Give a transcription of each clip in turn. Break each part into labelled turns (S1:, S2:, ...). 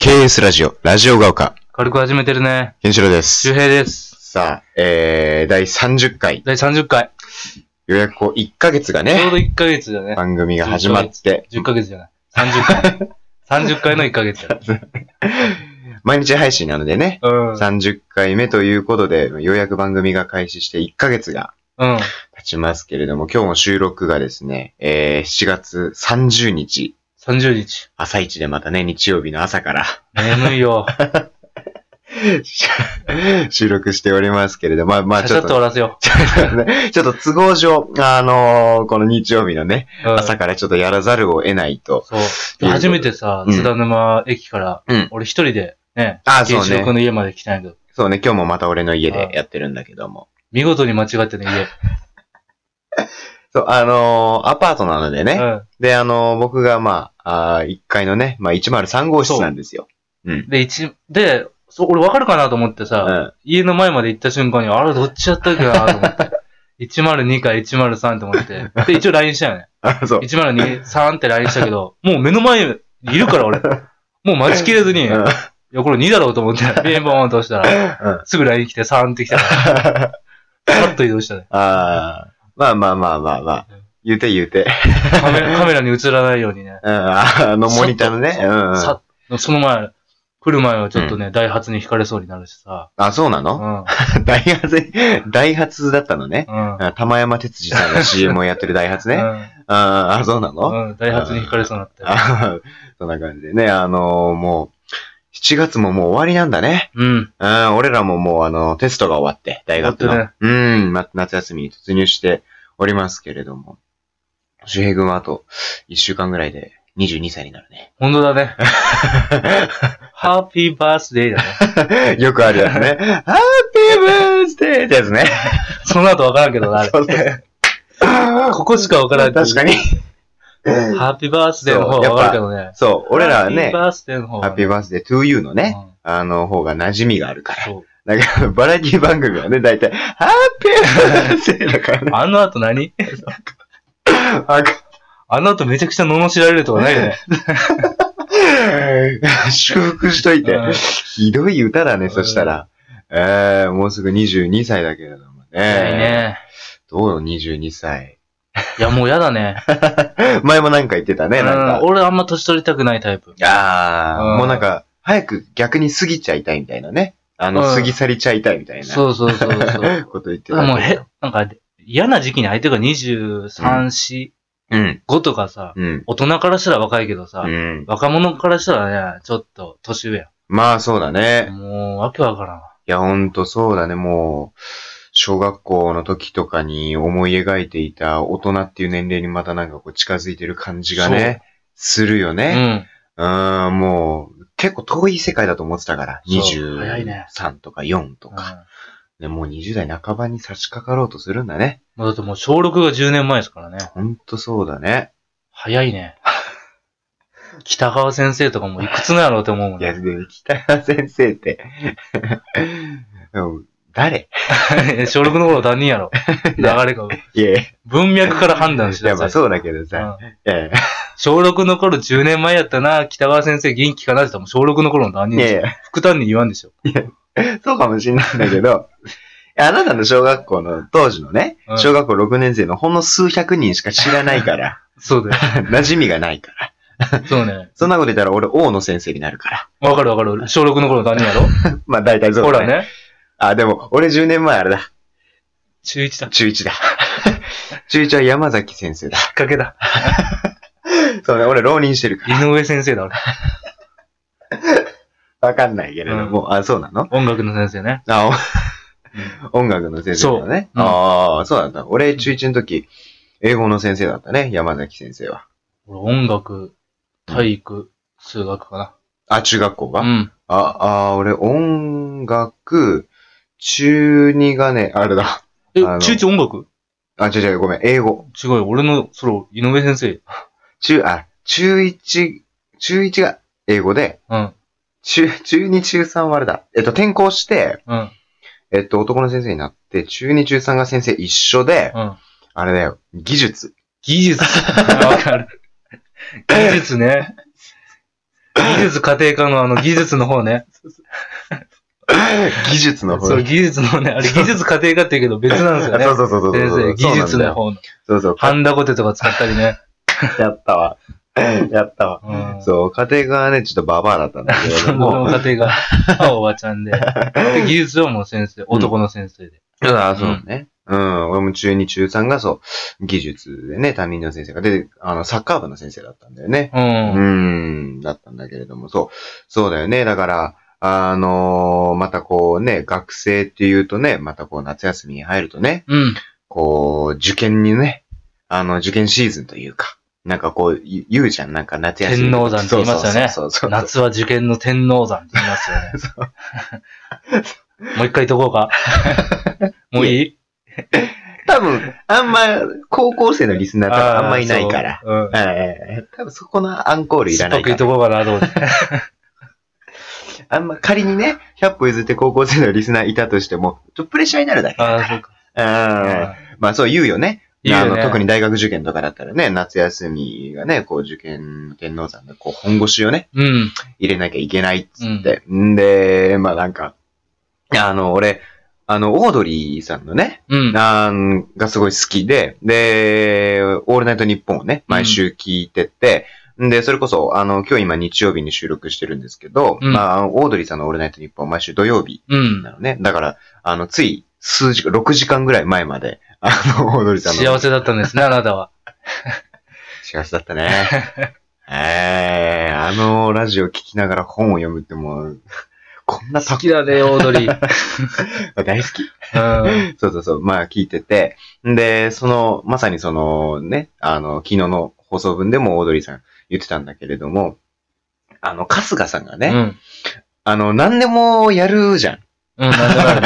S1: TBS ラジオ、ラジオが丘、
S2: 軽く始めてるね。
S1: ケンシロウで
S2: 周
S1: す。
S2: 平です。
S1: さあ、えー、第30回、
S2: 第30回。
S1: ようやくこう1ヶ月が
S2: ちょうど
S1: ね、
S2: 1ヶ月だね。
S1: 番組が始まって、
S2: 10ヶ月じゃない。30回。30回の1ヶ月だ。
S1: 毎日配信なのでね、
S2: うん。
S1: 30回目ということで、ようやく番組が開始して1ヶ月が
S2: うん。
S1: 経ちますけれども、今日の収録がですね、えー、7月30日、
S2: 30日。
S1: 朝一でまたね、日曜日の朝から
S2: 眠いよ。
S1: 収録しておりますけれども、まあ、 まあ
S2: ちゃ
S1: ち
S2: ちゃ
S1: ょ
S2: っ
S1: っ
S2: と
S1: と
S2: 終わらせよ
S1: ねちょっと都合上、あのーこの日曜日のね、
S2: う。うん
S1: 朝からちょっとやらざるを得ないと。
S2: そう。で初めてさ、
S1: うん
S2: 津田沼駅から
S1: うん、
S2: 俺一人で、ね、
S1: ああ、
S2: 原
S1: そう
S2: 子郎
S1: ね
S2: 君。の家まで来たんやけど、
S1: そうね、今日もまた俺の家でやってるんだけども。
S2: 見事に間違ってね、
S1: そう、あのーアパートなので
S2: 家。
S1: ね。
S2: う
S1: で、あのー僕がまあ、あ1階のね、まあ103号室なんですよ。うん
S2: ん。。で、一、で、そう、俺わかるかなと思って
S1: う
S2: さ、
S1: ん。
S2: 家の前まで行った瞬間に、あれ、どっちやったっけなと 思って。102か103と思って。で、一応 LINE したよね。
S1: あ、そう。
S2: 102,3って LINE したけど、 もう目の前にい るから俺。もう待ちきれずに、い
S1: うん
S2: や、これ2だろうと思って、ピンポーンと押したら、
S1: うん
S2: すぐ LINE 来て3って来たから、パッと移動したね。
S1: ああ、まあまあまあまあまあ
S2: うん。
S1: 言うて言うて。
S2: カメ カメラに映らないようにね。
S1: うん、ああのモニターのね。うん、うん。
S2: さその前、来る前はちょっとね、ダイハツに惹かれそうになるしさ。
S1: あ、そうな
S2: う
S1: の
S2: ん。
S1: ダイハツ、ダイハツだったのね。
S2: うん。
S1: あ玉山哲司さんが CM をやってるダイハツ
S2: う
S1: ね。
S2: ん
S1: ああ、そうなの
S2: うん。ダイハツに惹かれそうになって。
S1: あー そんな感じでね、あのーもう、7月ももう終わりなんだね。
S2: うん。
S1: うん、俺らももうあの、テストが終わって、大学の。
S2: 終わっ
S1: うん、ま、夏休みに突入しておりますけれども。周平君はあと、1週間ぐらいで22歳になるね。
S2: 本当だね。ハッピーバースデーだね。
S1: よくあるやつね。 ハッピーブースデーってやつね。
S2: その後わからんけどな、あれ。
S1: そうそう
S2: ここしかわからんけど。
S1: 確かに。
S2: ハッピーバースデーの方がわかるけどね。
S1: そう、俺らは
S2: ハッピ
S1: ね
S2: ー、バースデーの方
S1: ハッピー
S2: ー
S1: バースデー to you のね、
S2: ね。
S1: あの方が馴染みがあるから。
S2: そう。
S1: なんか、バラエティ番組はね、大体、ハッピーバースデーだからね。
S2: あの後何
S1: あか
S2: あの後めちゃくちゃ罵られるとかないよね。
S1: 祝福しといて
S2: うん。
S1: ひどい歌だね、そしたら。えー、もうすぐ22歳だけれどもね。
S2: ないね。
S1: どうよ、22歳。
S2: いや、もうやだね。
S1: 前もなんか言ってたね、なんか。
S2: うん俺あんま年取りたくないタイプ。
S1: あ
S2: う
S1: あ、
S2: ん
S1: もうなんか、早く逆に過ぎちゃいたいみたいなね。あ
S2: う
S1: の、
S2: ん
S1: 過ぎ去りちゃいたいみたいな。
S2: そうそうそうそう。
S1: こと 言ってた。
S2: もうへ、なんか、嫌な時期に相手が23、4、
S1: うん。
S2: 5とかさ、
S1: うん。
S2: 大人からしたら若いけどさ
S1: う、ん。
S2: 若者からしたらね、ちょっと年上や。
S1: まあそうだね。
S2: もう、わけわからんわ。
S1: いや、ほんとそうだね。もう、小学校の時とかに思い描いていた大人っていう年齢にまたなんかこう近づいてる感じがね、するよ
S2: う
S1: ね。
S2: ん。
S1: うん、もう、結構遠い世界だと思ってたから。
S2: そう早いね
S1: 23とか4とか。
S2: うん
S1: ねもう20代半ばに差し掛かろうとするんだね。
S2: もうだってもう小6が10年前ですからね。
S1: ほんとそうだね。
S2: 早い ね。北川先生とかもいくつなんやろうって思うもん
S1: いや、
S2: ね。
S1: でも北川先生って、 でも誰
S2: 小6の頃担任やろ。流れが。
S1: いやいや、
S2: 文脈から判断し
S1: いやま
S2: なさい。
S1: あそうだけど
S2: うん
S1: さ、いやい
S2: 小6の頃10年前やったな、北川先生元気かなって言ったらもう小6の頃の担任
S1: やい
S2: ですよ。
S1: や
S2: 副担任言わんでしょ。
S1: いや、そうかもしんないんだけ ど、いやあなたの小学校の当時のね
S2: う、ん
S1: 小学校6年生のほんの数百人しか知らないから、
S2: そうだ
S1: 馴染みがないから。
S2: よ。そうね。
S1: そんなこと言ったら俺、大野先生になるか
S2: わかるわかる。小6の頃の担任やろ。
S1: ら。まあ大体そう
S2: ほ
S1: だ
S2: ら。ね。
S1: あ、でも、俺10年前あれだ。
S2: 中1だ。き
S1: 中1だ。中1は山崎先生だ。
S2: っかけだ。
S1: そうね、俺浪人してるか
S2: 井上先生だ、俺。
S1: ら。わかんないけれども、あ、そうなの
S2: 音楽の先生ね。
S1: あ、お音楽の先生だね。
S2: そううん
S1: ああ、そうなんだ。俺、中1の時、英語の先生だったね、山崎先生は。
S2: 俺音楽、体育、数学か
S1: あ、中学校が、
S2: な。うん。
S1: あ、あ、俺、音楽、中2がね、あれだ。
S2: え、
S1: あの
S2: 中1音楽
S1: あ、違う違う、ごめん、英語。
S2: 違うよ、俺の、それ、井上先生。
S1: 中、あ、中1、中1が英語で、
S2: うん、
S1: 中、中2、中3はあれだ。えっと、転校して、
S2: うん、
S1: えっと、男の先生になって、中2、中3が先生一緒で、
S2: うん。
S1: あれだよ、技術。
S2: 技術。わかる。技術ね。技術家庭科のあの技術の方ね。
S1: 技術の方
S2: そう、技術のね、あれ技術家庭科って言うけど別なんですよね。
S1: そうそうそうそうそう
S2: 先
S1: そう
S2: 生、技術
S1: そうなんだ
S2: の
S1: よ
S2: 方の。
S1: そうそう。
S2: ハンダコテとか使ったりね。
S1: やったわ。 やったわ。
S2: うん
S1: そう、家庭がね、ちょっとババアだったんだけ れど
S2: 僕の
S1: も。
S2: 家 庭が、あおばちゃんで。で技術はもう先生、男の先生で。
S1: あそうね。うん、俺も中2、中3がそう、技術でね、担任の先生がで、あの、サッカー部の先生だったんだよね。
S2: う。
S1: うんん、だったんだけれども、そう、そうだよね。だから、あのーまたこうね、学生っていうとね、またこう夏休みに入るとね、
S2: うん。
S1: こう、受験にね、あの、受験シーズンというか、なんかこう、言言うじゃん、なんか夏休み。
S2: 天王山って言いますよね
S1: そうそうそうそう
S2: 夏は受験の天王山って言いますよね。 もう一回言っとこうか。もういい
S1: 多分、あんま、高校生のリスナー多分あんまいないから。。
S2: そううん。
S1: ええ多分そこのアンコールい
S2: す
S1: ら
S2: っ
S1: な
S2: と
S1: い
S2: く言
S1: か
S2: っと
S1: ら。
S2: こうかなと思って。
S1: あんま仮にね、100歩譲って高校生のリスナーいたとしても、ちょっとプレッシャーになるだけ。
S2: ああ、そうか。
S1: うんまあそう言うよね。
S2: 言うよね
S1: あの特に大学受験とかだったらね、夏休みがね、こう受験の天皇さんで、こう本腰をね、
S2: うん。
S1: 入れなきゃいけないっつって。んで、まあなんか、あの、俺、あの、オードリーさんのね、
S2: うん。
S1: なんがすごい好きで、で、オールナイトニッポンをね、毎週聞いてて、で、それこそ、あの、今日今日曜日に収録してるんですけど、
S2: うん
S1: まあ、オードリーさんのオールナイトニッポンは毎週土曜日
S2: うん
S1: な。のね。だから、あの、つい数時間、6時間ぐらい前まで、あの、オードリーさんの。
S2: 幸せだったんですね、あなたは。
S1: 幸せだったね。 ええあの、ラジオ聞きながら本を読むってもう、こんな
S2: 好
S1: 好
S2: きだね、オードリー。
S1: 大好き
S2: うん。
S1: そうそうそう、まあ聞いてて、で、その、まさにそのね、あの、昨日の放送分でもオードリーさん言ってたんだけれども、あの、春日さんがね、
S2: うん。
S1: あの、何でもやるじゃん。
S2: うん、なんでもある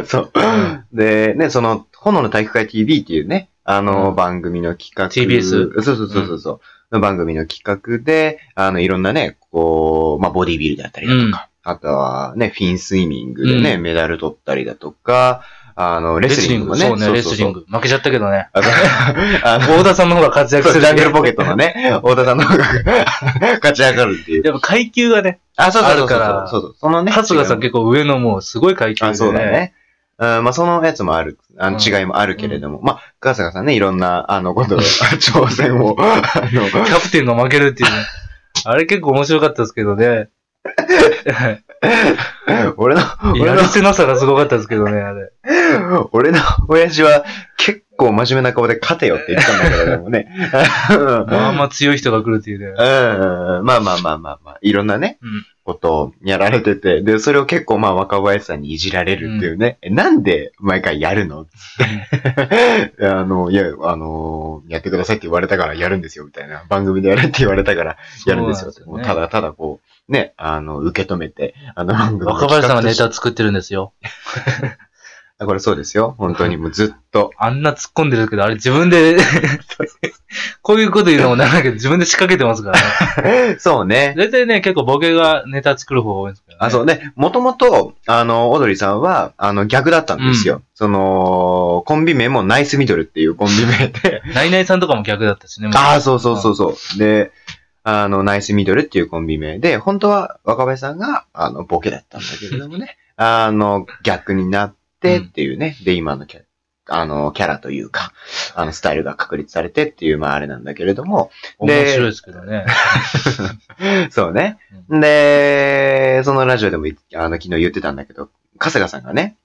S2: ね。
S1: そう
S2: う。
S1: で、ね、その、炎の体育会 TV っていうね、あの、
S2: うん
S1: 番組の企画。
S2: TBS
S1: そうそうそうそうそう。の番組の企画で、あの、いろんなね、こう、まあ、ボディビルだったりだとか、あとはね、フィンスイミングでね、
S2: うん
S1: メダル取ったりだとか、あの、 レ
S2: レ
S1: ス
S2: ス
S1: リ
S2: リ
S1: ン
S2: ン
S1: グも
S2: グ、
S1: ね。
S2: そうね、
S1: そ
S2: レ
S1: うそう
S2: ス
S1: そ
S2: リ
S1: う
S2: ング。負けちゃったけどね。
S1: あの、あの
S2: 大田さんの方が活躍
S1: そ
S2: す
S1: う
S2: る。
S1: ジャングルポケットのね、太田さんの方が 勝ち上がるっていう。
S2: やっぱ階級がね、
S1: あ、そうそうそう
S2: あるから
S1: そうそう。そのね。
S2: 春日さん結構上のもうすごい階級で、ね。
S1: あ、そうだ。ね。うん、まあ、そのやつもある、あの
S2: うん
S1: 違いもあるけれども、まあ、ガサガサね、いろんな、あの、こと、挑戦を、あの、
S2: キャプテンが負けるっていう ね。あれ結構面白かったですけどね。
S1: 俺の、俺
S2: やるせなさがすごかったですけどね、あれ。
S1: の、俺の親父は結構真面目な顔で勝てよって言ってたんだけれどもね。
S2: まあまあ強い人が来るっていうね。
S1: うん、まあまあまあまあまあ、いろんなね、
S2: うん
S1: ことをやられてて、で、それを結構まあ若林さんにいじられるっていうね、えなんで毎回やるの つって。あの、いや、あの、やってくださいって言われたからやるんですよ、みたいな。番組でやれって言われたからやるんですよ。
S2: そう
S1: もう
S2: なんですよ
S1: た
S2: ね
S1: だただこう、ね、あの、受け止めて、あの番組の
S2: 若林さんがネ
S1: 企画
S2: タ作ってるんですよ。
S1: としてこれそうですよ。本当にもうずっと。
S2: あんな突っ込んでるけど、あれ自分で、 こういうこと言うのもなんだけど、自分で仕掛けてますからね。
S1: そうね。
S2: 大体ね、結構ボケがネタ作る方が多いんですけど、ね。。
S1: あ、そううね。もともと、あの、オードリーさんは、あの、逆だったんですよ。その、コンビ名もナイスミドルっていうコ ンビ名で。
S2: ナイナイさんとかも逆だったしね。もう
S1: ああ、そうそうそうそう。で、あの、ナイスミドルっていうコンビ名で、本当は若林さんが、あの、ボケだったんだけれどもね。あの、逆になってっていうね。で、今のキャあの、キャラというか、あの、スタイルが確立されてっていう、まあ、あれなんだけれども、で
S2: 面白いですけどね。
S1: そうね。で、そのラジオでもい、あの、昨日言ってたんだけど、春日さんがね、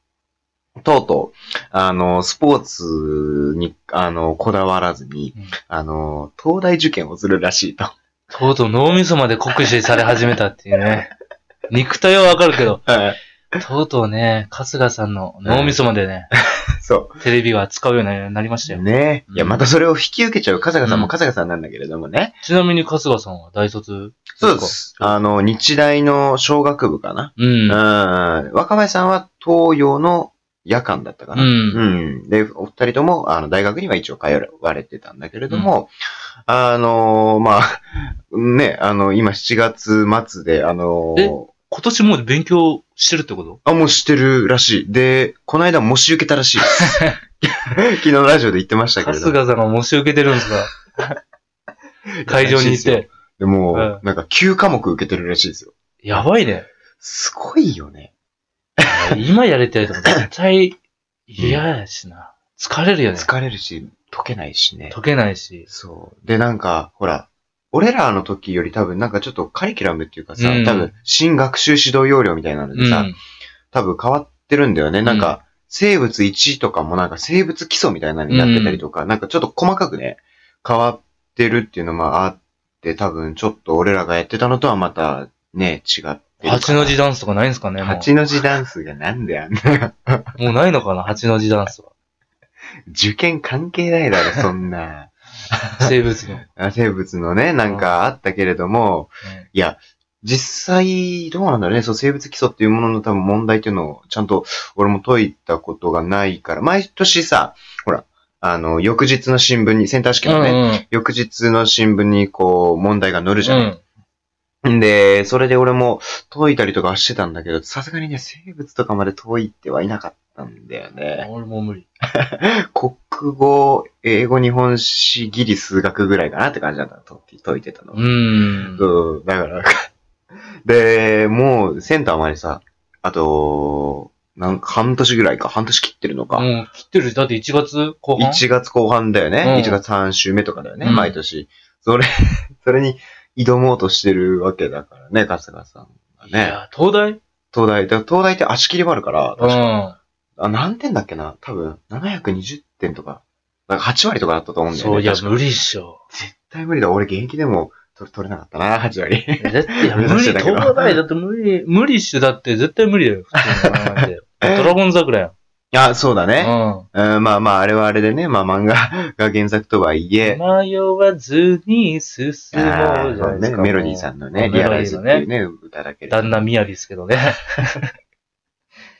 S1: とうとう、あの、スポーツに、あの、こだわらずに、
S2: うん
S1: あの、東大受験をするらしいと。
S2: とうとう脳みそまで酷使され始めたっていうね。 肉体はわかるけど、とうとうね、春日さんの脳みそまでね、
S1: そ
S2: テレビは使うようになりました
S1: う。
S2: よ。
S1: ねいや、
S2: うん
S1: またそれを引き受けちゃう春日さんも
S2: うん
S1: 春日さんなんだけれどもね。
S2: ちなみに春日さんは大卒
S1: そうです。あの、日大の小学部かな。
S2: う。
S1: うん
S2: うん
S1: ん。若林さんは東洋の夜間だったかな。うん。で、お二人とも、あの、大学には一応通われてたんだけれども、あのーまあ、ね、あの、今7月末で、あのー
S2: え今年もう勉強してるってこと
S1: あ、もうしてるらしい。で、この間模試受けた らしいです。昨日ラジオで言ってましたけれ
S2: 春
S1: ども。
S2: 日さんが模試受けてるんですか会場に行っ
S1: らしいで
S2: て。
S1: でもう、
S2: うん
S1: なんか9科目受けてるらしいですよ。
S2: やばいね。
S1: すごいよね。
S2: 今やれてると絶対嫌やしな。疲れるよね。
S1: 疲れるし、解けないしね。
S2: 解けないし。
S1: そう。で、なんか、ほら、俺らの時より多分なんかちょっとカリキュラムっていうかさ、
S2: うん
S1: 多分新学習指導要領みたいなの
S2: う
S1: でさ、
S2: ん。
S1: 多分変わってるんだよね。なんか、生物1とかもなんか生物基礎みたいなのになってたりとか、なんかちょっと細かくね、変わってるっていうのもあって、多分ちょっと俺らがやってたのとはまたね、違ってる。
S2: 八の字ダンスとかないんすかねも
S1: 八の字ダンスがなんであんな。
S2: うもうないのかな八の字ダンスは。
S1: 受験関係ないだろ、そんな。
S2: 生物の。
S1: あ生物のね、なんかあったけれども、いや、実際、どうなんだろうね、そう、生物基礎っていうものの多分問題っていうのを、ちゃんと俺も解いたことがないから、毎年さ、ほら、あの、翌日の新聞に、センター試
S2: うん
S1: 験のね、翌日の新聞にこう、問題が載るじゃ
S2: うん
S1: ん。で、それで俺も解いたりとかはしてたんだけど、さすがにね、生物とかまで解いてはいなかったんだよ
S2: うん。
S1: ね。
S2: 俺もう無理。
S1: 国語、英語、日本史、ギリ、数学ぐらいかなって感じだったの解解いてたの。
S2: うん。
S1: そう、だから、 で、もうセンターまでさ、あと、なんか半年ぐらいか、半年切ってるのか。
S2: もう切ってるし、だって1月後半。
S1: 1月後半だよね。
S2: うん
S1: 1月3週目とかだよね、
S2: うん
S1: 毎年。それ、 それに挑もうとしてるわけだからね、春日さんが
S2: い
S1: ね。
S2: や、東大
S1: 東大、だ東大って足切りもあるから、
S2: う
S1: 確か
S2: ん。
S1: あ何点だっけな多分、720点とか、なんか8割とかだったと思うんだよね。
S2: そう、いや、
S1: 確か
S2: 無理っしょ。
S1: 絶対無理だ。俺現役でも取れ取れなかったな、8割。
S2: いやだって、いや無
S1: 目
S2: 理
S1: 指して、たけど
S2: 東大だって無理、無理っしょ、だって絶対無理 だよ、普通の名前で。ドラゴン桜やん。
S1: あ、そうだね。
S2: うん。
S1: うん、まあまあ、あれはあれでね、まあ漫画 が原作とはいえ、
S2: 迷わずに進もうじゃ
S1: あ
S2: な
S1: ーそう
S2: いで
S1: ね
S2: すか。
S1: メロディーさんのね、
S2: メ
S1: リア
S2: ロ
S1: ラ
S2: デ
S1: イ
S2: ィー
S1: ズ
S2: の
S1: っ
S2: ね
S1: ていうね、歌だけで。
S2: 旦那宮城ですけどね。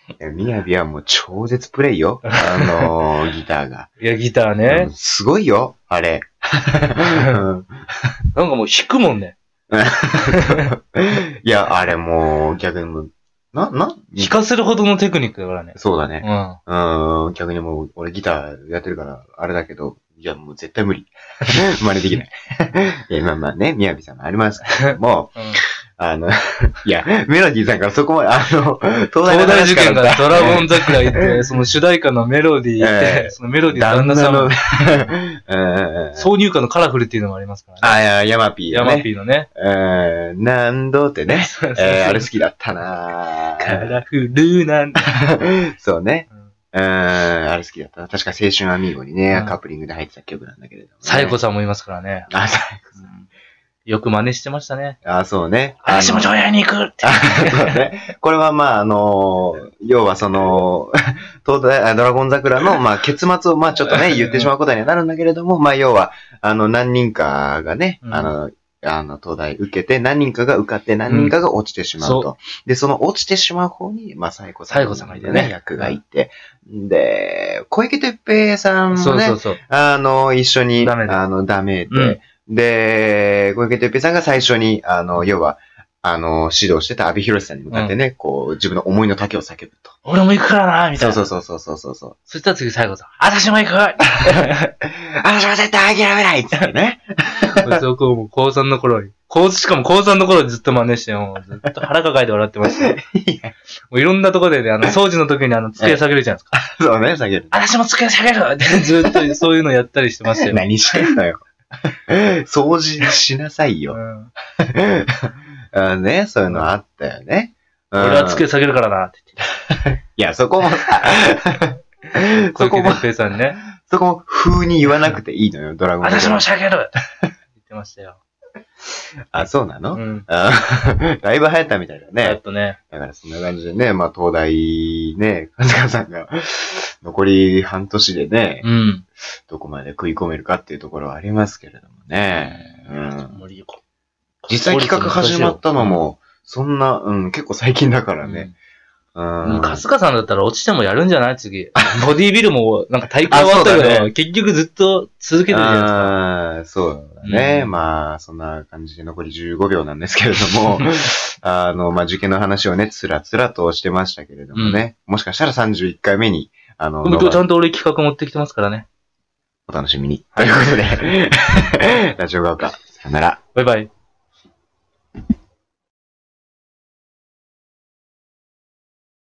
S1: いやみやびはもう超絶プレイ よ。あのー、ギターが。
S2: いや、ギター
S1: う
S2: ね
S1: ん。すごいよ、あれ。 うん
S2: なんかもう弾くもんね。
S1: いや、あれもう、逆にもう、な、な
S2: 弾かせるほどのテクニックだからね。
S1: そうだ
S2: う
S1: ね。
S2: ん。
S1: うん、逆にもう、俺ギターやってるから、あれだけど、いや、もう絶対 無理。真似できない。 いや、まあまあね、みやびさんもありますけども、
S2: うん
S1: あの、いや、 メロディーさんからそこまで、あ の、東
S2: 東大受験がドラゴ
S1: ン
S2: ン桜行って、その主題歌のメロディーっ
S1: え
S2: て、
S1: え
S2: そのメロディー
S1: 旦
S2: 旦
S1: 那
S2: 那
S1: さ
S2: さ
S1: んの、うんん。 うんうん
S2: 挿入歌のカラフルっていうのもありますからね。
S1: あ、いや、ヤマピー
S2: ヤ
S1: だ
S2: マ
S1: ね。
S2: ピーのね。
S1: えー、何度ってね。
S2: そうそうそう
S1: えー、あれ好きだったな
S2: カ
S1: ぁ
S2: ラフルなんだ。
S1: そうね。
S2: うん
S1: うーん、あれ好きだったな。確か青春アミーゴにね、
S2: うん
S1: カップリングで入ってた曲なんだけれども、ね。
S2: サイコさんもいますからね。
S1: あ、さ
S2: うんよく真似してましたね。
S1: あ、そうね。
S2: 私も
S1: ょ
S2: 上映に行くって。
S1: これはまあ、あのー要はその、 東大、あドラゴン桜の、まあ、結末を、まあ、ちょっとね、言ってしまうことにはなるんだけれども、まあ、要は、あの、何人かがね、
S2: うん
S1: あの、あの、東大受けて、何人かが受かって、何人かが落ちてしまう
S2: そ
S1: と。で、その落ちてしまう方に、まあ、サイコさん。
S2: サイコさんがいてね
S1: 役がいて。で、小池徹平さん
S2: そ
S1: も
S2: う
S1: ね
S2: そ、うそう。
S1: あの、一緒に、
S2: ダメで
S1: あの、ダメで、
S2: うん
S1: で、小池徹平さんが最初に、あの、要は、あの、指導してた阿部寛さんに向かってね、こう、自分の思いの丈を叫ぶと。
S2: 俺も行くからな、みたい
S1: そう
S2: な。
S1: そううそうそうそうそうそう。
S2: そしたら次サイコさん。私も行く
S1: 私は絶対諦めないっつって ね。
S2: そこもう高3の頃に。高しかも高3の頃にずっと真似して、もうずっと腹抱えて笑ってましたよ。もう いろんなとこでね、あの、掃除の時にあの、机下げるじゃないですか。
S1: そうね、叫ぶ。
S2: 私も机下げるって ずっとそういうのやったりしてましたよ。
S1: 何してんのよ。 掃除しなさいよ。
S2: うん
S1: あね、そういうのあったよね。うん
S2: 俺は机下げるからな、って言
S1: いや、そこもさ、
S2: って。 小
S1: そこ
S2: 池
S1: も
S2: 徹、平さんにね。
S1: そこも風に言わなくていいのよ、ドラゴンボール。
S2: 私も下げるって言ってましたよ。
S1: あ、そうなの、
S2: うん。
S1: あ だいぶ流行ったみたいだ
S2: やっ
S1: ね。
S2: とね。
S1: だからそんな感じでね、まあ東大ね、春日さんが 残り半年でね、
S2: うん。
S1: どこまで食い込めるかっていうところはありますけれどもね。うん
S2: 無理よ
S1: 実際企画始まったの、も、そんな、うん、結構最近だからね。
S2: う。
S1: うん。
S2: うんん。春日さんだったら落ちてもやるんじゃない次。 ボディービルもなんか大会終わった
S1: あそう
S2: け
S1: だ
S2: ど、結局ずっと続けてるじゃないですか。
S1: あーそうだね。
S2: うん
S1: まあ、そんな感じで残り15秒なんですけれど も、あの、まあ、受験の話をね、つらつらとしてましたけれどもね、もしかしたら31回目に、あの、
S2: でも今日ちゃんと俺企画持ってきてますからね。
S1: お楽しみに。ということで、ラジオ側か、さよなら。
S2: バイバイ。